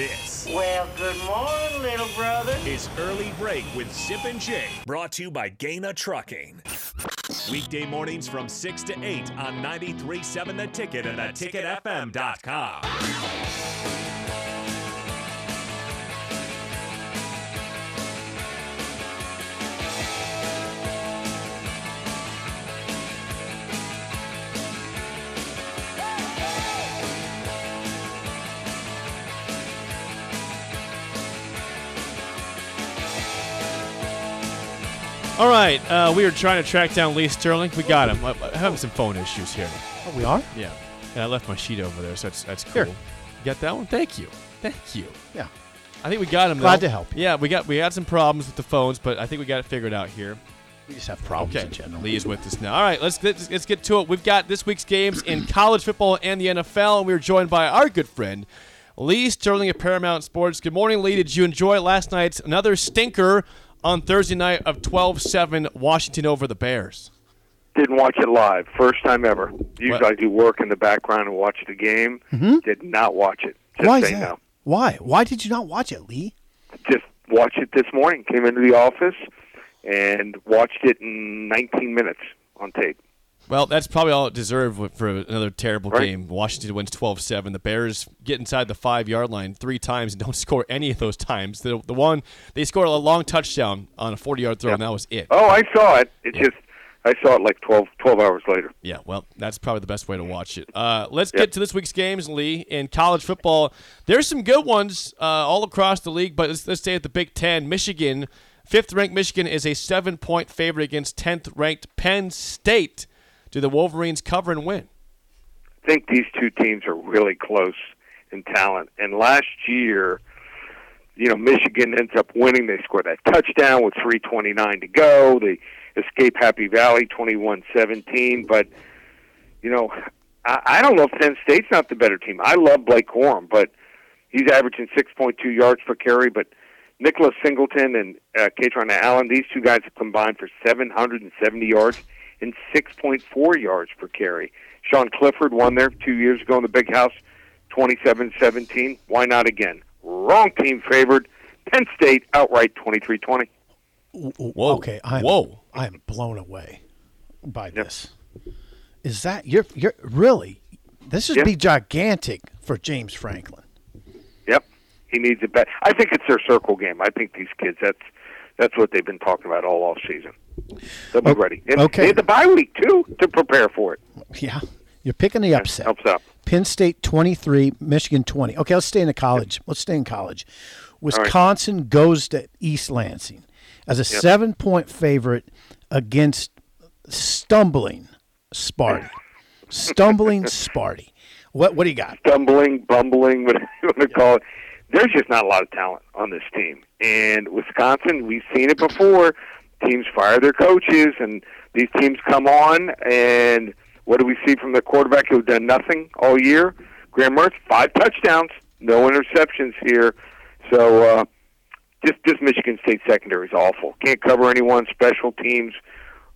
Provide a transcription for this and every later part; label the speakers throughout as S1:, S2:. S1: This
S2: Well, good morning, little brother.
S1: is Early Break with Zip and Jay, brought to you by Gaina Trucking. Weekday mornings from 6 to 8 on 93.7 The Ticket and theticketfm.com.
S3: All right, uh, we are trying to track down Lee Sterling. We got him. I- I'm having some phone issues here.
S4: Oh, we are?
S3: Yeah, and I left my sheet over there, so that's that's cool.
S4: Here.
S3: You got that one? Thank you, thank you.
S4: Yeah.
S3: I think we got him.
S4: Glad
S3: though.
S4: to help you.
S3: Yeah, we got we had some problems with the phones, but I think we got it figured out here.
S4: We just have problems in general.
S3: Lee is with us now. All right, let's let's, let's get to it. We've got this week's games in college football and the NFL, and we are joined by our good friend Lee Sterling of Paramount Sports. Good morning, Lee. Did you enjoy last night's another stinker on Thursday night of 12-7 Washington over the Bears?
S5: Didn't watch it live. First time ever. Usually
S3: What?
S5: I do work in the background and watch the game. Did not watch it.
S4: Mm-hmm.
S5: Just
S4: Why is
S5: say
S4: that?
S5: no.
S4: Why? Why did you not watch it, Lee?
S5: Just watched it this morning. Came into the office and watched it in 19 minutes on tape.
S3: Well, that's probably all it deserved w- for another terrible
S5: Right.
S3: game. Washington wins 12 7. The Bears get inside the five yard line three times and don't score any of those times. The, the one, they score a long touchdown on a 40 yard throw, and that was it.
S5: Oh, I saw it. It
S3: Yeah.
S5: just I saw it like 12, 12 hours later.
S3: Yeah, well, that's probably the best way to watch it. Uh, let's get to this week's games, Lee. In college football, there's some good ones uh, all across the league, but let's, let's stay at the Big Ten. Michigan, fifth ranked Michigan, is a seven point favorite against 10th ranked Penn State. Do the Wolverines cover and win?
S5: I think these two teams are really close in talent. And last year, you know, Michigan ends up winning. They score that touchdown with 3:29 to go. They escape Happy Valley 21-17. But you know, I, I don't know if Penn State's not the better team. I love Blake Corum, but he's averaging 6.2 yards per carry. But Nicholas Singleton and uh, Katron Allen, these two guys have combined for 770 yards and 6.4 yards per carry. Sean Clifford won there two years ago in the Big House, 27-17. Why not again? Wrong team favored. Penn State outright 23-20.
S3: Whoa.
S4: Okay, I'm,
S3: Whoa.
S4: I'm blown away by this. Is that you're you're really? This would
S5: Yep.
S4: be gigantic for James Franklin.
S5: Yep, he needs it back. I think it's their circle game. I think these kids. That's that's what they've been talking about all off season. They'll be
S4: O-
S5: ready. And
S4: okay.
S5: They had the bye week too to prepare for it.
S4: Yeah, you're picking the upset.
S5: Helps out.
S4: Penn State 23, Michigan 20. Okay, let's stay in the college. Let's stay in college. Wisconsin goes to East Lansing as a seven point favorite against stumbling Sparty. stumbling Sparty. What, what do you got?
S5: Stumbling, bumbling, whatever you want to call it. There's just not a lot of talent on this team. And Wisconsin, we've seen it before. Teams fire their coaches, and these teams come on. And what do we see from the quarterback who's done nothing all year? Graham Mertz, five touchdowns, no interceptions here. So uh, just this Michigan State secondary is awful. Can't cover anyone. Special teams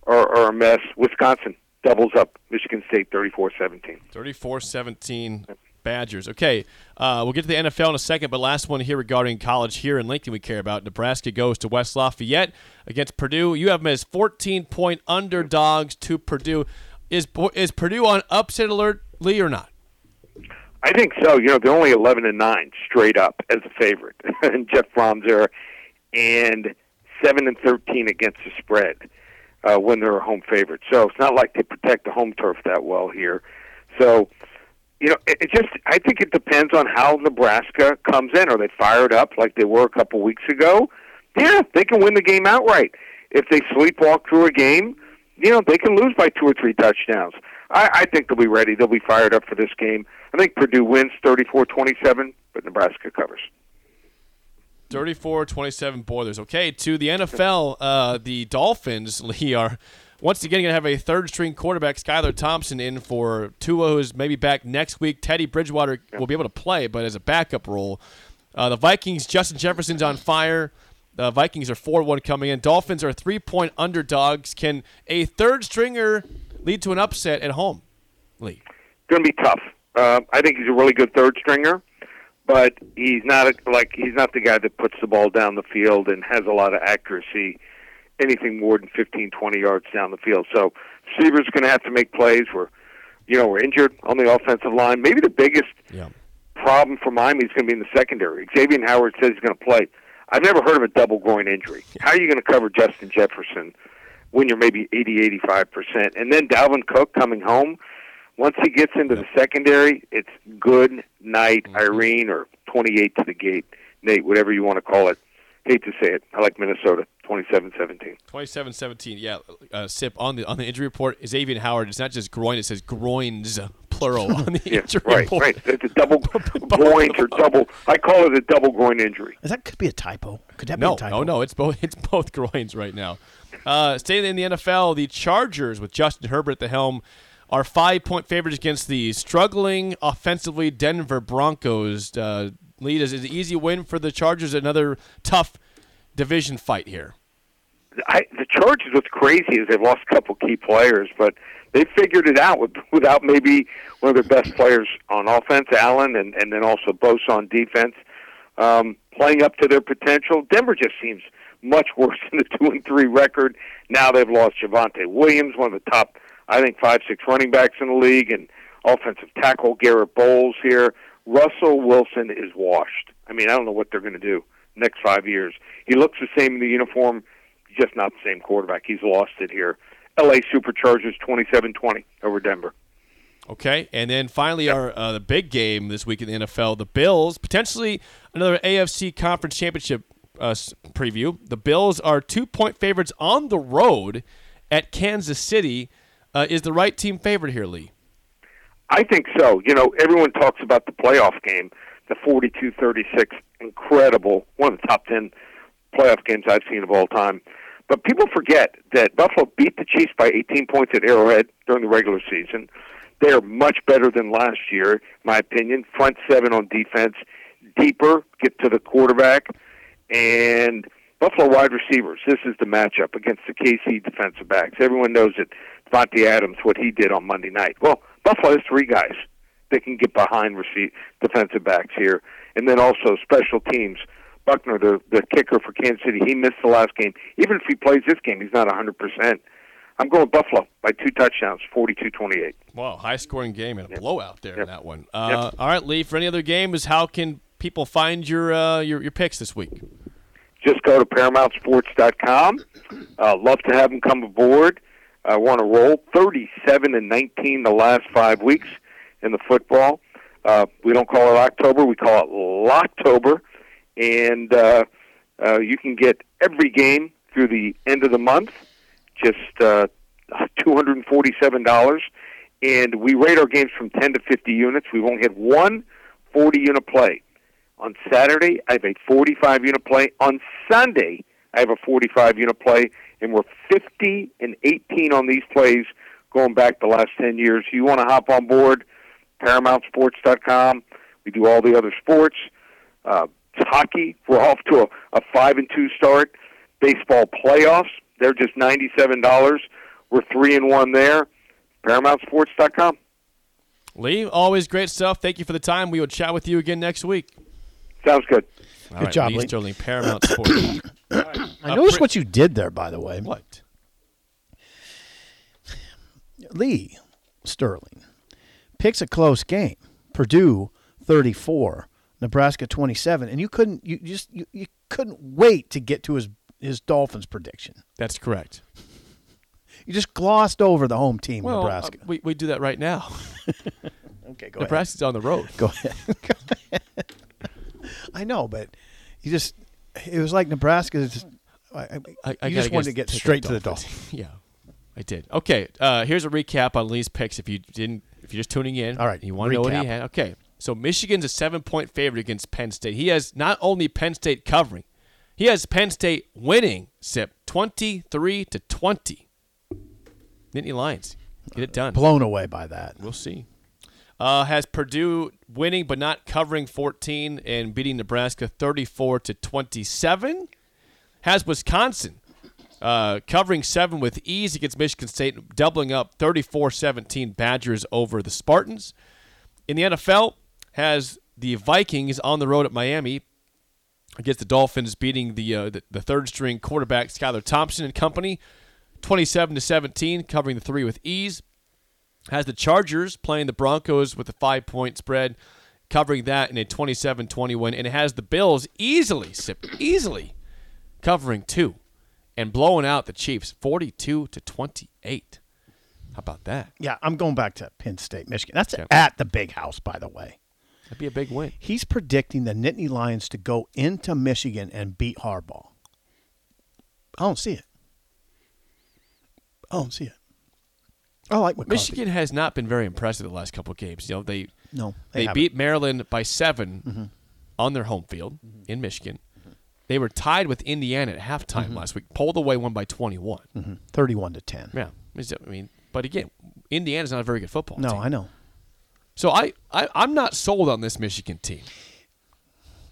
S5: are, are a mess. Wisconsin doubles up Michigan State 34-17.
S3: 34 17 Badgers. Okay, uh, we'll get to the NFL in a second, but last one here regarding college here in Lincoln we care about. Nebraska goes to West Lafayette against Purdue. You have them as 14 point underdogs to Purdue. Is, is Purdue on upset alert, Lee, or not?
S5: I think so. You know, they're only eleven and nine straight up as a favorite in Jeff Fromm's era, and seven and thirteen against the spread uh, when they're a home favorite. So it's not like they protect the home turf that well here. So, you know, it, it just I think it depends on how Nebraska comes in. Are they fired up like they were a couple weeks ago? Yeah, they can win the game outright. If they sleepwalk through a game, you know, they can lose by two or three touchdowns. I, I think they'll be ready. They'll be fired up for this game. I think Purdue wins 34-27, but Nebraska covers.
S3: 34 27 Boilers. Okay, to the NFL, uh, the Dolphins, Lee, are once again going to have a third string quarterback, Skylar Thompson, in for Tua, who's maybe back next week. Teddy Bridgewater will be able to play, but as a backup role. Uh, the Vikings, Justin Jefferson's on fire. The Vikings are 4 1 coming in. Dolphins are three point underdogs. Can a third stringer lead to an upset at home, Lee?
S5: Um, going to be tough. Uh, I think he's a really good third stringer, but he's not a, like he's not the guy that puts the ball down the field and has a lot of accuracy anything more than 15 20 yards down the field so receivers going to have to make plays where you know we're injured on the offensive line maybe the biggest
S3: Yeah.
S5: problem for Miami is going to be in the secondary Xavier Howard says he's going to play I've never heard of a double groin injury how are you going to cover Justin Jefferson when you're maybe 80 85% and then Dalvin Cook coming home once he gets into the secondary, it's good night, Irene, or 28 to the gate, Nate, whatever you want to call it. Hate to say it. I like Minnesota, 27-17.
S3: 27-17. Yeah, uh, sip on the on the injury report. Is Avian Howard? It's not just groin. It says groins, plural, on the
S5: Yeah,
S3: injury
S5: right,
S3: report.
S5: right. It's a double groin or double. I call it a double groin injury.
S4: Is That could be a typo. Could that be
S3: No,
S4: a typo?
S3: oh no, it's both it's both groins right now. Uh, staying in the NFL, the Chargers with Justin Herbert at the helm are five point favorites against the struggling offensively Denver Broncos. Uh, lead is an easy win for the Chargers. Another tough division fight here.
S5: I, the Chargers, what's crazy is they've lost a couple key players, but they figured it out with, without maybe one of their best players on offense, Allen, and, and then also Bose on defense, um, playing up to their potential. Denver just seems much worse than the two and three record. Now they've lost Javante Williams, one of the top, I think, five six running backs in the league, and offensive tackle Garrett Bowles here. Russell Wilson is washed. I mean, I don't know what they're going to do next five years. He looks the same in the uniform just not the same quarterback. He's lost it here. LA Superchargers 27-20 over Denver.
S3: Okay, and then finally our uh, the big game this week in the NFL, the Bills potentially another AFC Conference Championship uh, s- preview. The Bills are two point favorites on the road at Kansas City. Uh, is the right team favorite here, Lee?
S5: I think so. You know, everyone talks about the playoff game, the 42-36, incredible, one of the top 10 playoff games I've seen of all time. But people forget that Buffalo beat the Chiefs by 18 points at Arrowhead during the regular season. They are much better than last year, in my opinion. Front seven on defense, deeper, get to the quarterback, and Buffalo wide receivers. This is the matchup against the KC defensive backs. Everyone knows that Devontae Adams, what he did on Monday night. Well, Buffalo has three guys that can get behind receive, defensive backs here, and then also special teams. Buckner, the the kicker for Kansas City, he missed the last game. Even if he plays this game, he's not 100%. I'm going Buffalo by two touchdowns, 42-28.
S3: Wow, high scoring game and a blowout there in that one. Uh, All right, Lee. For any other game, is how can people find your uh, your, your picks this week?
S5: just go to ParamountSports.com. Uh, love to have them come aboard. I want to roll 37 and 19 the last five weeks in the football. Uh, we don't call it October, we call it Locktober. And uh, uh, you can get every game through the end of the month, just uh, $247. And we rate our games from 10 to 50 units. We've only had one 40 unit play. On Saturday, I have a 45 unit play. On Sunday, I have a 45 unit play, and we're 50 and 18 on these plays going back the last 10 years. You want to hop on board? ParamountSports.com. We do all the other sports. Uh, hockey, we're off to a, a five and two start. Baseball playoffs, they're just ninety-seven dollars. We're three and one there. ParamountSports.com.
S3: Lee, always great stuff. Thank you for the time. We will chat with you again next week.
S5: Sounds good.
S3: All
S4: Good
S3: right,
S4: job,
S3: Lee
S4: Lee.
S3: Sterling, Paramount Sports.
S4: I noticed what you did there, by the way.
S3: what?
S4: Lee Sterling picks a close game. Purdue 34, Nebraska 27, and you couldn't you just you, you couldn't wait to get to his his Dolphins prediction.
S3: That's correct.
S4: You just glossed over the home team,
S3: Well, uh,
S4: Nebraska.
S3: we, we do that right now.
S4: um, okay, go
S3: Nebraska's on the road.
S4: ahead. Go ahead. I know, but you just it was like Nebraska just I,
S3: I, I
S4: you
S3: gotta
S4: just wanted to get straight to the Dolphins.
S3: yeah, I did. Okay, uh, here's a recap on Lee's picks. If you didn't, if you're just tuning in,
S4: All right,
S3: you want to know what
S4: recap.
S3: he had. Okay, so Michigan's a seven point favorite against Penn State. He has not only Penn State covering, he has Penn State winning. Sip twenty three to twenty. Nittany Lions, get it done.
S4: Blown away by that.
S3: We'll see. Uh, has Purdue winning but not covering 14 and beating Nebraska 34 to 27? Has Wisconsin uh, covering seven with ease against Michigan State, doubling up 34 17 Badgers over the Spartans? In the NFL, has The Vikings on the road at Miami against the Dolphins, beating the uh, the, the third string quarterback Skylar Thompson and company, twenty seven to seventeen, covering the three with ease. Has the Chargers playing the Broncos with a five point spread, covering that in a 27-20 win, and it has the Bills easily, sip- easily covering two, and blowing out the Chiefs forty two to twenty eight. How about that?
S4: Yeah, I'm going back to Penn State, Michigan. That's at the big house, by the way.
S3: That'd be a big win.
S4: He's predicting the Nittany Lions to go into Michigan and beat Harbaugh. I don't see it. I don't see it. I like McCarthy.
S3: Michigan has not been very impressive the last couple of games. You know, they
S4: No,
S3: they,
S4: haven't. Mm-hmm.
S3: beat Maryland by 7 on their home field in Michigan. They were tied with Indiana at halftime
S4: Mm-hmm.
S3: last week, pulled away one by 21.
S4: thirty-one to ten.
S3: Yeah, Is it- I mean, but again, Indiana's not a very good football
S4: No,
S3: team.
S4: I know.
S3: So I, I I'm not sold on this Michigan team.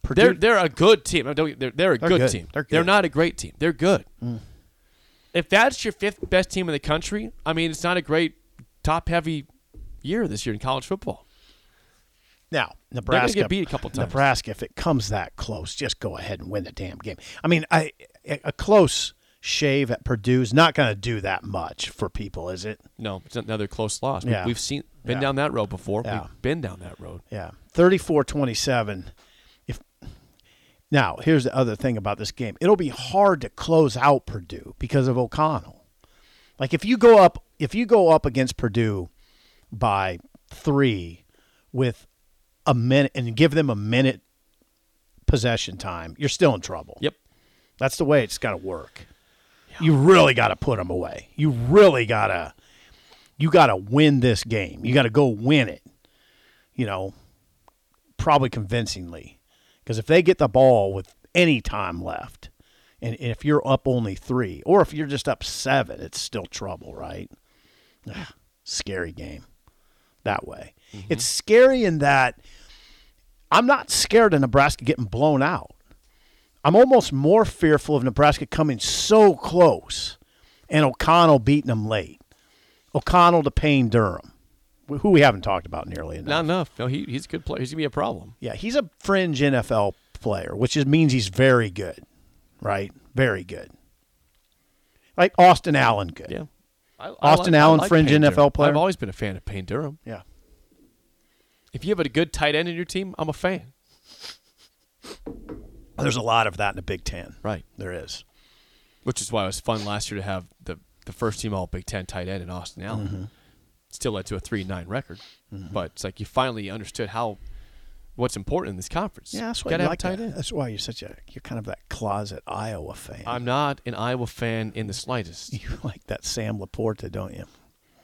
S4: Purdue,
S3: They're they're a good team. I don't- They're, they're a good,
S4: good.
S3: team.
S4: They're good. Mm.
S3: not a great team. They're good. If that's your fifth best team in the country, I mean, it's not a great top heavy year this year in college football.
S4: now Nebraska
S3: get beat a couple times.
S4: Nebraska, if it comes that close, just go ahead and win the damn game. I mean, I a a close shave at Purdue's not going to do that much for people, is it?
S3: No, it's another close loss. We,
S4: Yeah.
S3: We've seen been
S4: Yeah.
S3: down that road before.
S4: Yeah.
S3: We've been down that road.
S4: Yeah. 34-27. If Now, here's the other thing about this game. It'll be hard to close out Purdue because of O'Connell. Like if you go up if you go up against Purdue by 3 with a minute and give them a minute possession time, you're still in trouble.
S3: Yep.
S4: That's the way it's got to work. You really got to put them away. You really got to you got to win this game. You got to go win it. You know, probably convincingly. Cuz if they get the ball with any time left and if you're up only 3 or if you're just up 7, it's still trouble, right? Ah, scary game. That way. It's scary in that I'm not scared of Nebraska getting blown out. I'm almost more fearful of Nebraska coming so close and O'Connell beating them late. O'Connell to Payne Durham, wh- who we haven't talked about nearly enough.
S3: Not enough. No, he, he's a good player. He's gonna be a problem.
S4: Yeah, he's a fringe NFL player, which is, means he's very good, right? Very good. Like Austin Allen, good.
S3: Yeah. I, I
S4: Austin
S3: I
S4: Allen, fringe
S3: Payne
S4: NFL
S3: Durham.
S4: player.
S3: I've always been a fan of Payne Durham.
S4: Yeah.
S3: If you have a good tight end in your team, I'm a fan.
S4: There's a lot of that in the Big Ten.
S3: Right.
S4: There is.
S3: Which is why it was fun last year to have the the first team All Big Ten tight end in Austin Allen.
S4: Mm-hmm.
S3: Still led to a three nine record, but it's like you finally understood how what's important in this conference.
S4: Yeah, that's why
S3: Gotta
S4: you
S3: have a
S4: like
S3: tight
S4: that.
S3: end.
S4: That's why you're such a you're kind of that closet Iowa fan.
S3: I'm not an Iowa fan in the slightest.
S4: you like that Sam Laporta, don't you?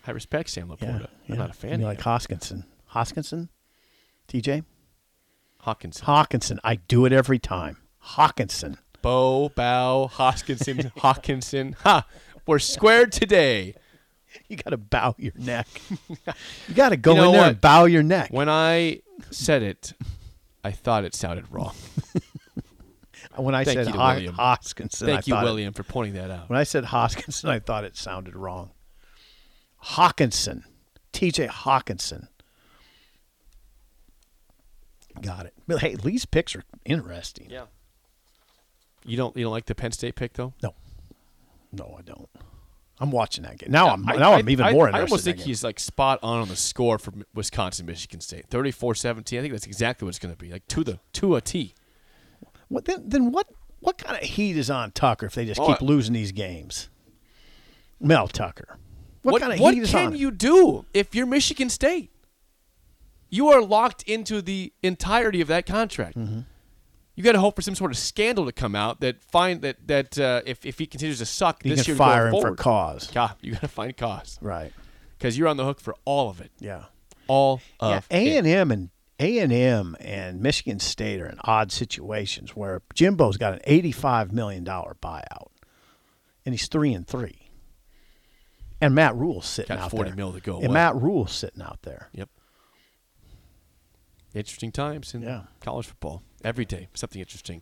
S3: I respect Sam Laporta. I'm not a fan.
S4: You
S3: of
S4: like
S3: him.
S4: Hoskinson. Hoskinson? TJ?
S3: Hawkins,
S4: Hawkinson. I do it every time. Hawkinson.
S3: Bo, Bow, Hoskinson, Hawkinson. Ha! We're squared today.
S4: You got to bow your neck. you got to go
S3: You know
S4: in there
S3: what?
S4: and bow your neck. When,
S3: When I said it, I thought it sounded wrong.
S4: I
S3: Thank
S4: said
S3: you to
S4: Ho-
S3: William.
S4: Hoskinson, I
S3: Thank you,
S4: thought it-
S3: William, for pointing that out.
S4: when I said Hoskinson, I thought it sounded wrong. Hawkinson. TJ Hawkinson. Got it. But hey, Lee's picks are interesting.
S3: Yeah. You don't you don't like the Penn State pick though?
S4: No, no, I don't. I'm watching that game now. Oh, I'm
S3: I-
S4: now I,
S3: I-
S4: am even
S3: I-
S4: more
S3: I
S4: interested.
S3: almost
S4: in
S3: think
S4: that game.
S3: he's like spot on on the score for Wisconsin Michigan State. 34-17. I think that's exactly what it's going to be. Like to the to a T.
S4: What, then, then what? What kind of heat is on Tucker if they just
S3: Oh,
S4: keep
S3: I-
S4: losing these games? Mel Tucker. What, kind of heat is
S3: can
S4: on? him?
S3: you do if you're Michigan State? You are locked into the entirety of that contract.
S4: Mm-hmm.
S3: You got to hope for some sort of scandal to come out that find that that uh, if if he continues to suck
S4: You
S3: this
S4: can
S3: year
S4: fire him
S3: going
S4: for
S3: forward,
S4: cause.
S3: God, you got to find cause
S4: Right.
S3: because you're on the hook for all of it.
S4: Yeah.
S3: All
S4: Yeah.
S3: of
S4: A
S3: it.
S4: and M and A and M and Michigan State are in odd situations where Jimbo's got an eighty-five million dollar buyout, and he's three and three. And Matt Rule's sitting
S3: Got
S4: out
S3: 40
S4: there.
S3: mil to go
S4: And
S3: away.
S4: Matt Rule's sitting out there.
S3: Yep. Interesting times in
S4: Yeah.
S3: college football. Every day, something interesting.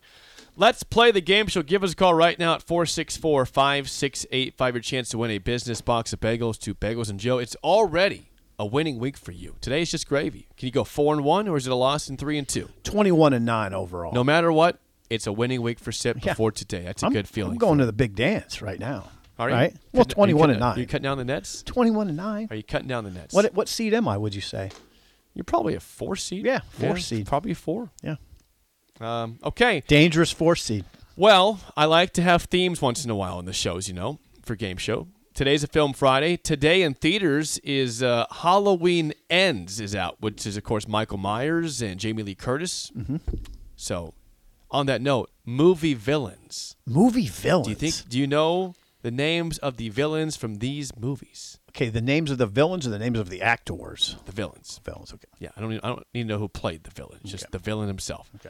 S3: Let's play the game show. Give us a call right now at 464 5685. Your chance to win a business box of bagels to Bagels and Joe. It's already a winning week for you. Today is just gravy. Can you go four and one, or is it a loss in three and two?
S4: 21 and 9 overall.
S3: No matter what, it's a winning week for SIP
S4: Yeah.
S3: before today. That's a
S4: I'm,
S3: good feeling.
S4: I'm going to the big dance right now.
S3: Are you
S4: right?
S3: cutting-
S4: Well,
S3: are you
S4: 21 and
S3: cutting- Are
S4: 9.
S3: you cutting down the nets?
S4: 21 and 9.
S3: Are you cutting down the nets?
S4: What what seed am I, would you say?
S3: You're probably a four seed.
S4: Yeah, four seed.
S3: Probably four.
S4: Yeah.
S3: Um, okay.
S4: Dangerous 4 seed.
S3: Well, I like to have themes once in a while in the shows, you know, for game show. Today's a film Friday. Today in theaters is uh, Halloween Ends is out, which is of course Michael Myers and Jamie Lee Curtis. Mm-hmm. So, on that note, movie villains.
S4: Movie villains.
S3: Do you think? Do you know the names of the villains from these movies?
S4: Okay, the names of the villains or the names of the actors?
S3: The villains.
S4: Villains, okay.
S3: Yeah, I don't. e, I don't need to know who played the villain. Just the villain himself.
S4: Okay.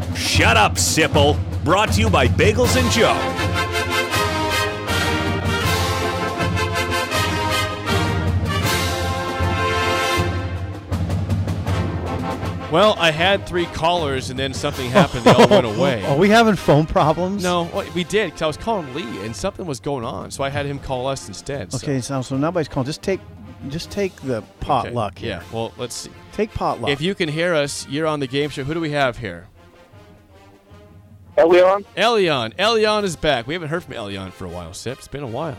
S1: Shut up, Sipple. Brought to you by Bagels and Joe.
S3: Well, I had three callers, and then something happened. They all went
S4: Oh,
S3: away.
S4: Are we having phone problems?
S3: No, well, we did because I was calling Lee, and something was going on, so I had him call us instead. so-
S4: Okay, so, so nobody's calling. Just take just take the
S3: Okay.
S4: potluck here.
S3: Yeah. Well, let's see.
S4: Take potluck.
S3: If you can hear us, you're on the game show. Who do we have here?
S5: Are we on?
S3: Elion. Elion is back. We haven't heard from Elion for a while, Sip. It's been a while.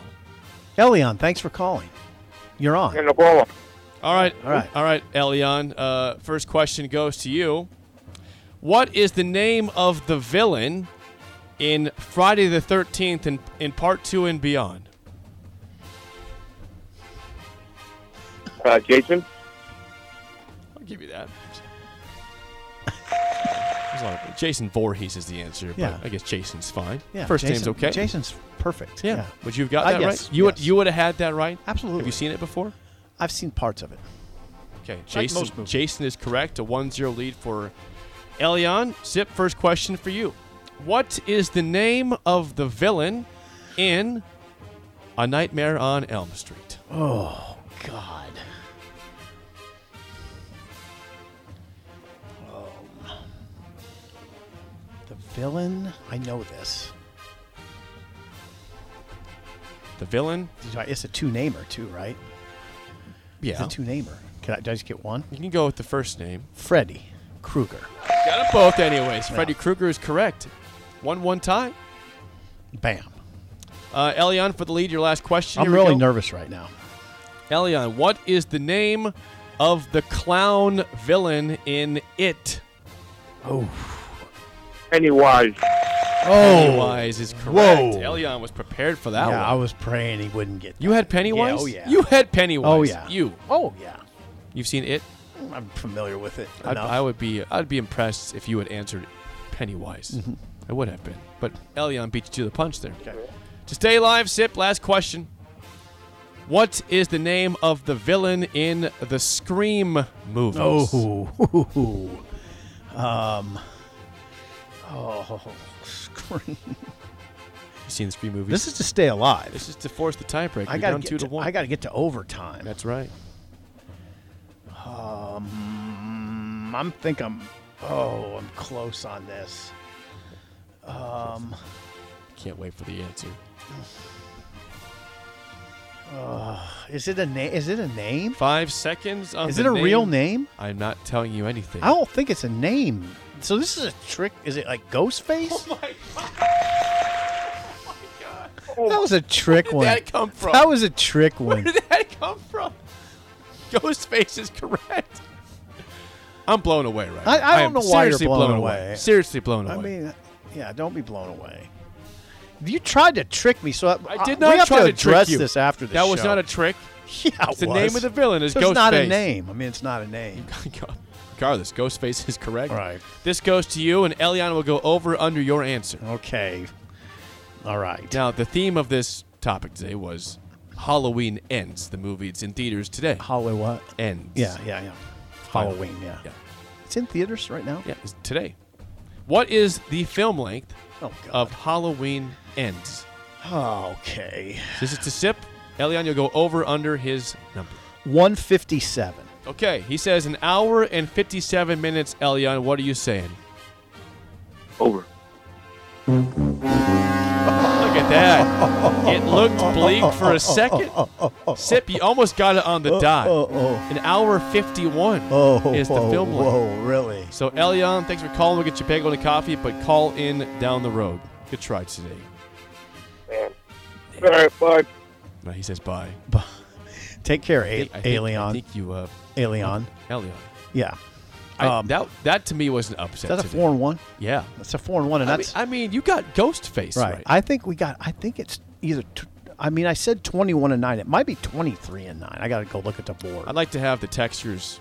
S4: Elion, thanks for calling. You're on.
S5: In the ball.
S3: All right.
S4: All right.
S3: All right, Elion. Uh, first question goes to you. What is the name of the villain in Friday the 13th and in part two and beyond?
S5: Uh, Jason?
S3: I'll give you that. There's a lot of- Jason Voorhees is the answer, but
S4: Yeah.
S3: I guess Jason's fine.
S4: Yeah,
S3: First name's
S4: Jason-
S3: okay.
S4: Jason's perfect.
S3: Yeah.
S4: Yeah.
S3: Would you have got
S4: Uh,
S3: that
S4: yes,
S3: right? You would
S4: yes.
S3: you would have had that right?
S4: Absolutely.
S3: Have you seen it before?
S4: I've seen parts of it.
S3: Okay,
S4: most
S3: Jason.
S4: movies.
S3: Jason is correct. A 1-0 lead for Elion. Sip. First question for you. What is the name of the villain in A Nightmare on Elm Street?
S4: Oh God. Um, The villain, I know this.
S3: The villain.
S4: It's a two-namer too, right?
S3: Yeah.
S4: It's a two-namer. Can I, did I just get one?
S3: You can go with the first name.
S4: Freddy Krueger.
S3: Got them both, anyways. Freddy Krueger is correct. One one tie.
S4: Bam.
S3: Uh, Elion for the lead. Your last question.
S4: I'm
S3: Here we
S4: really
S3: go.
S4: nervous right now.
S3: Elion, what is the name of the clown villain in It?
S4: Oh.
S5: Pennywise.
S4: Oh.
S3: Pennywise is correct.
S4: Whoa.
S3: Elion was prepared for that
S4: Yeah, I
S3: one.
S4: was praying he wouldn't get.
S3: Oh, you
S4: that.
S3: had Pennywise.
S4: oh, yeah.
S3: You had Pennywise.
S4: Oh yeah.
S3: You.
S4: Oh yeah.
S3: You've seen It.
S4: I'm familiar with it.
S3: I'd,
S4: enough.
S3: I would be. I'd be impressed if you had answered Pennywise. I would have been. But Elion beat you to the punch there.
S4: Mm-hmm. Okay.
S3: To stay alive, sip. Last question. What is the name of the villain in the Scream movies?
S4: Oh. Um. Oh. Scream.
S3: you seen the Scream movies?
S4: This is to stay alive.
S3: This is to force the tiebreaker.
S4: I
S3: You're
S4: gotta
S3: down
S4: get
S3: two to,
S4: to-
S3: one.
S4: I gotta get to overtime.
S3: That's right.
S4: Um, I'm think I'm. Oh, I'm close on this. Um.
S3: Can't wait for the answer.
S4: Is it a name? Is it a name?
S3: Five seconds on
S4: Is
S3: the
S4: it a real name?
S3: I'm not telling you anything.
S4: I don't think it's a name. So this is a trick. Is it like Ghostface? Oh my god! That was a trick
S3: did
S4: one.
S3: that come from?
S4: That was a trick one.
S3: Where did that come from? Ghostface is correct. I'm blown away right
S4: I-
S3: now.
S4: I don't
S3: am
S4: know why you're
S3: seriously
S4: blown
S3: away.
S4: away.
S3: Seriously blown away.
S4: I mean, yeah, don't be blown away. You tried to trick me, so I,
S3: I did
S4: we
S3: not
S4: have
S3: try to
S4: to
S3: trick
S4: address
S3: you.
S4: this after the
S3: that was
S4: show.
S3: not a trick.
S4: yeah,
S3: It's the name of the villain is
S4: It's not a
S3: Ghostface.
S4: name. I mean, it's not a name.
S3: Regardless, Ghostface is correct.
S4: Right.
S3: This goes to you, and Eliana will go over under your answer.
S4: Okay. All right.
S3: Now, the theme of this topic today was Halloween Ends, the movie. It's in theaters today.
S4: Halloween what?
S3: Ends.
S4: Yeah, yeah, yeah. Halloween, yeah.
S3: Yeah.
S4: It's in theaters right now.
S3: Yeah, it's today. What is the film length
S4: Oh god.
S3: of Halloween Ends?
S4: okay.
S3: This is to sip. Elian, you'll go over under his number.
S4: 157.
S3: Okay, he says an hour and 57 minutes, Elian. What are you saying?
S5: Over.
S3: Look at that. It looked bleak for a second. Sip, you almost got it
S4: Uh,
S3: on the dot. An hour 51
S4: Oh,
S3: is the
S4: whoa,
S3: film length.
S4: whoa, really?
S3: So, Elian, thanks for calling. We'll get you bagel and a coffee, but call in down the road. Good try today.
S5: All right, bye.
S3: No, he says bye.
S4: Take care,
S3: I
S4: A-
S3: think- I think- I
S4: Alien.
S3: think you, uh,
S4: Alien.
S3: Elian.
S4: Yeah.
S3: I-
S4: Um,
S3: that that to me was an upset.
S4: Is that a
S3: today.
S4: four and one?
S3: Yeah.
S4: That's a four and one, and
S3: I mean,
S4: that's
S3: I mean, you got Ghostface
S4: right.
S3: right.
S4: I think we got. I think it's either. T- I mean, I said twenty-one and nine. It might be twenty-three and nine. I got to go look at the board.
S3: I'd like to have the textures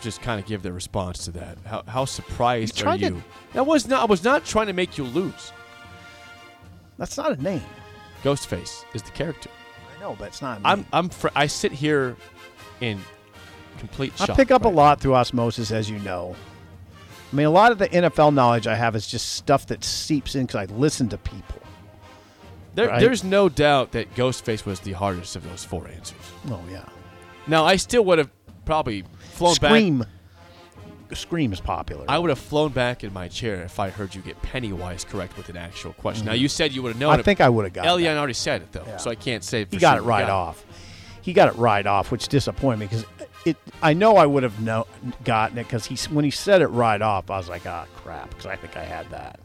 S3: just kind of give their response to that. How, how surprised
S4: You
S3: are
S4: tried to-
S3: you? that was not. I was not trying to make you lose.
S4: That's not a name.
S3: Ghostface is the character.
S4: I know, but it's not. A name.
S3: I'm. I'm. Fr- I sit here in complete
S4: I
S3: shock.
S4: pick up
S3: right
S4: a
S3: now.
S4: lot through osmosis, as you know. I mean, a lot of the NFL knowledge I have is just stuff that seeps in because I listen to people.
S3: There,
S4: right?
S3: There's no doubt that Ghostface was the hardest of those four answers.
S4: Oh yeah,
S3: Now, I still would have probably flown back.
S4: scream. Scream is popular.
S3: I would have flown back in my chair if I heard you get Pennywise correct with an actual question. Now you said you would have known.
S4: Mm-hmm. I
S3: it.
S4: think I would have got.
S3: Elian
S4: that.
S3: already said it though,
S4: Yeah.
S3: so I can't say. For
S4: He got
S3: sure
S4: it right off. He got it right off, which disappointed me because it. I know I would have no, gotten it because he s- when he said it right off, I was like, ah, crap, because I think I had that.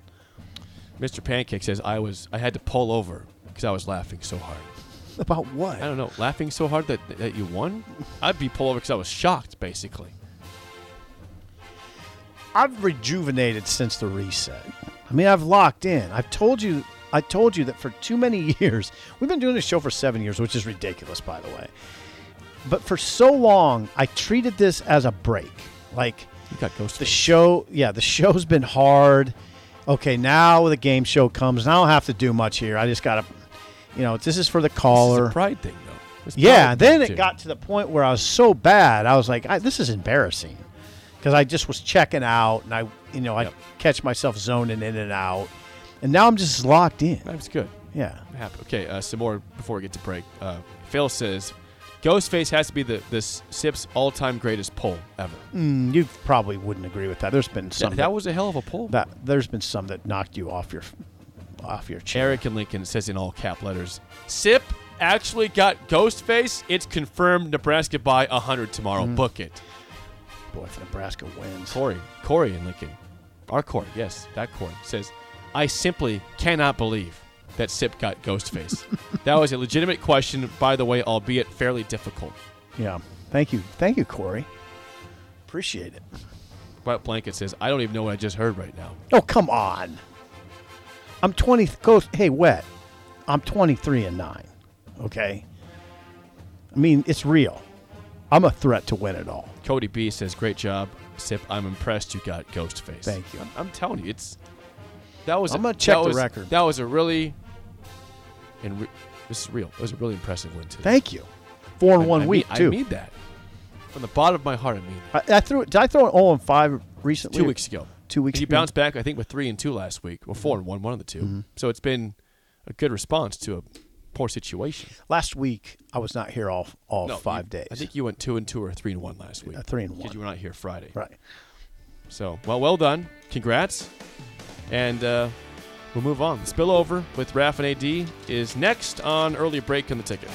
S3: Mr. Pancake says I was. I had to pull over because I was laughing so hard.
S4: About
S3: I
S4: what?
S3: don't know, laughing so hard that that you won. I'd be pulled over because I was shocked, basically.
S4: I've rejuvenated since the reset. I mean, I've locked in. I've told you. I told you that for too many years. We've been doing this show for seven years, which is ridiculous, by the way. But for so long, I treated this as a break. Like,
S3: You got ghost.
S4: the show yeah the show's been hard okay now the game show comes and i don't have to do much here i just gotta you know this is for the
S3: this is
S4: caller
S3: a pride thing though. It's
S4: yeah
S3: pride
S4: then
S3: thing,
S4: it
S3: too.
S4: got to the point where i was so bad i was like I, this is embarrassing because i just was checking out and i you know i
S3: Yep.
S4: catch myself zoning in and out and now i'm just locked in
S3: That was good.
S4: yeah
S3: I'm happy. Okay, uh, some more before we get to break. Uh, Phil says, Ghostface has to be the this Sip's all-time greatest poll ever.
S4: Mm, you probably wouldn't agree with that there's been some
S3: That, that was a hell of a poll.
S4: that there's been some that knocked you off your off your chair
S3: Eric and Lincoln says in all cap letters, Sip actually got Ghostface. It's confirmed Nebraska by 100 tomorrow. Book it.
S4: boy if nebraska wins
S3: Corey, Corey and Lincoln, our Corey, yes, that Corey says, I simply cannot believe that Sip got Ghostface. that was a legitimate question, by the way, albeit fairly difficult.
S4: Yeah. Thank you. Thank you, Corey. Appreciate it.
S3: Wet Blanket says, I don't even know what I just heard right now.
S4: Oh, come on. I'm 20. Go, hey, Wet. I'm 23 and 9. Okay. I mean, it's real. I'm a threat to win it all.
S3: Cody B says, Great job, Sip. I'm impressed you got Ghostface.
S4: Thank you.
S3: I'm, I'm telling you, it's. That was.
S4: I'm
S3: a-
S4: gonna check
S3: that
S4: the
S3: was-
S4: record.
S3: That was a really. And re- this is real. It was a really impressive win today.
S4: Thank you. Four
S3: I-
S4: in one
S3: I mean-
S4: week, too.
S3: I mean that. From the bottom of my heart, I mean that.
S4: I, I threw it. Did I throw an 0 and 5 recently?
S3: two weeks ago.
S4: Two weeks
S3: And you
S4: ago. Mm-hmm.
S3: bounced back, I think, with three and two last week, or four and one, one of the 2 So it's been a good response to a poor situation.
S4: Last week, I was not here all, all
S3: No,
S4: Oh, five
S3: you-
S4: days.
S3: I think you went two and two or three and one last week.
S4: Uh, three and
S3: Because
S4: one.
S3: you were not here Friday.
S4: right.
S3: So well, well done. Congrats. And uh, we'll move on. The spillover with Raf and AD is next on early break on the ticket.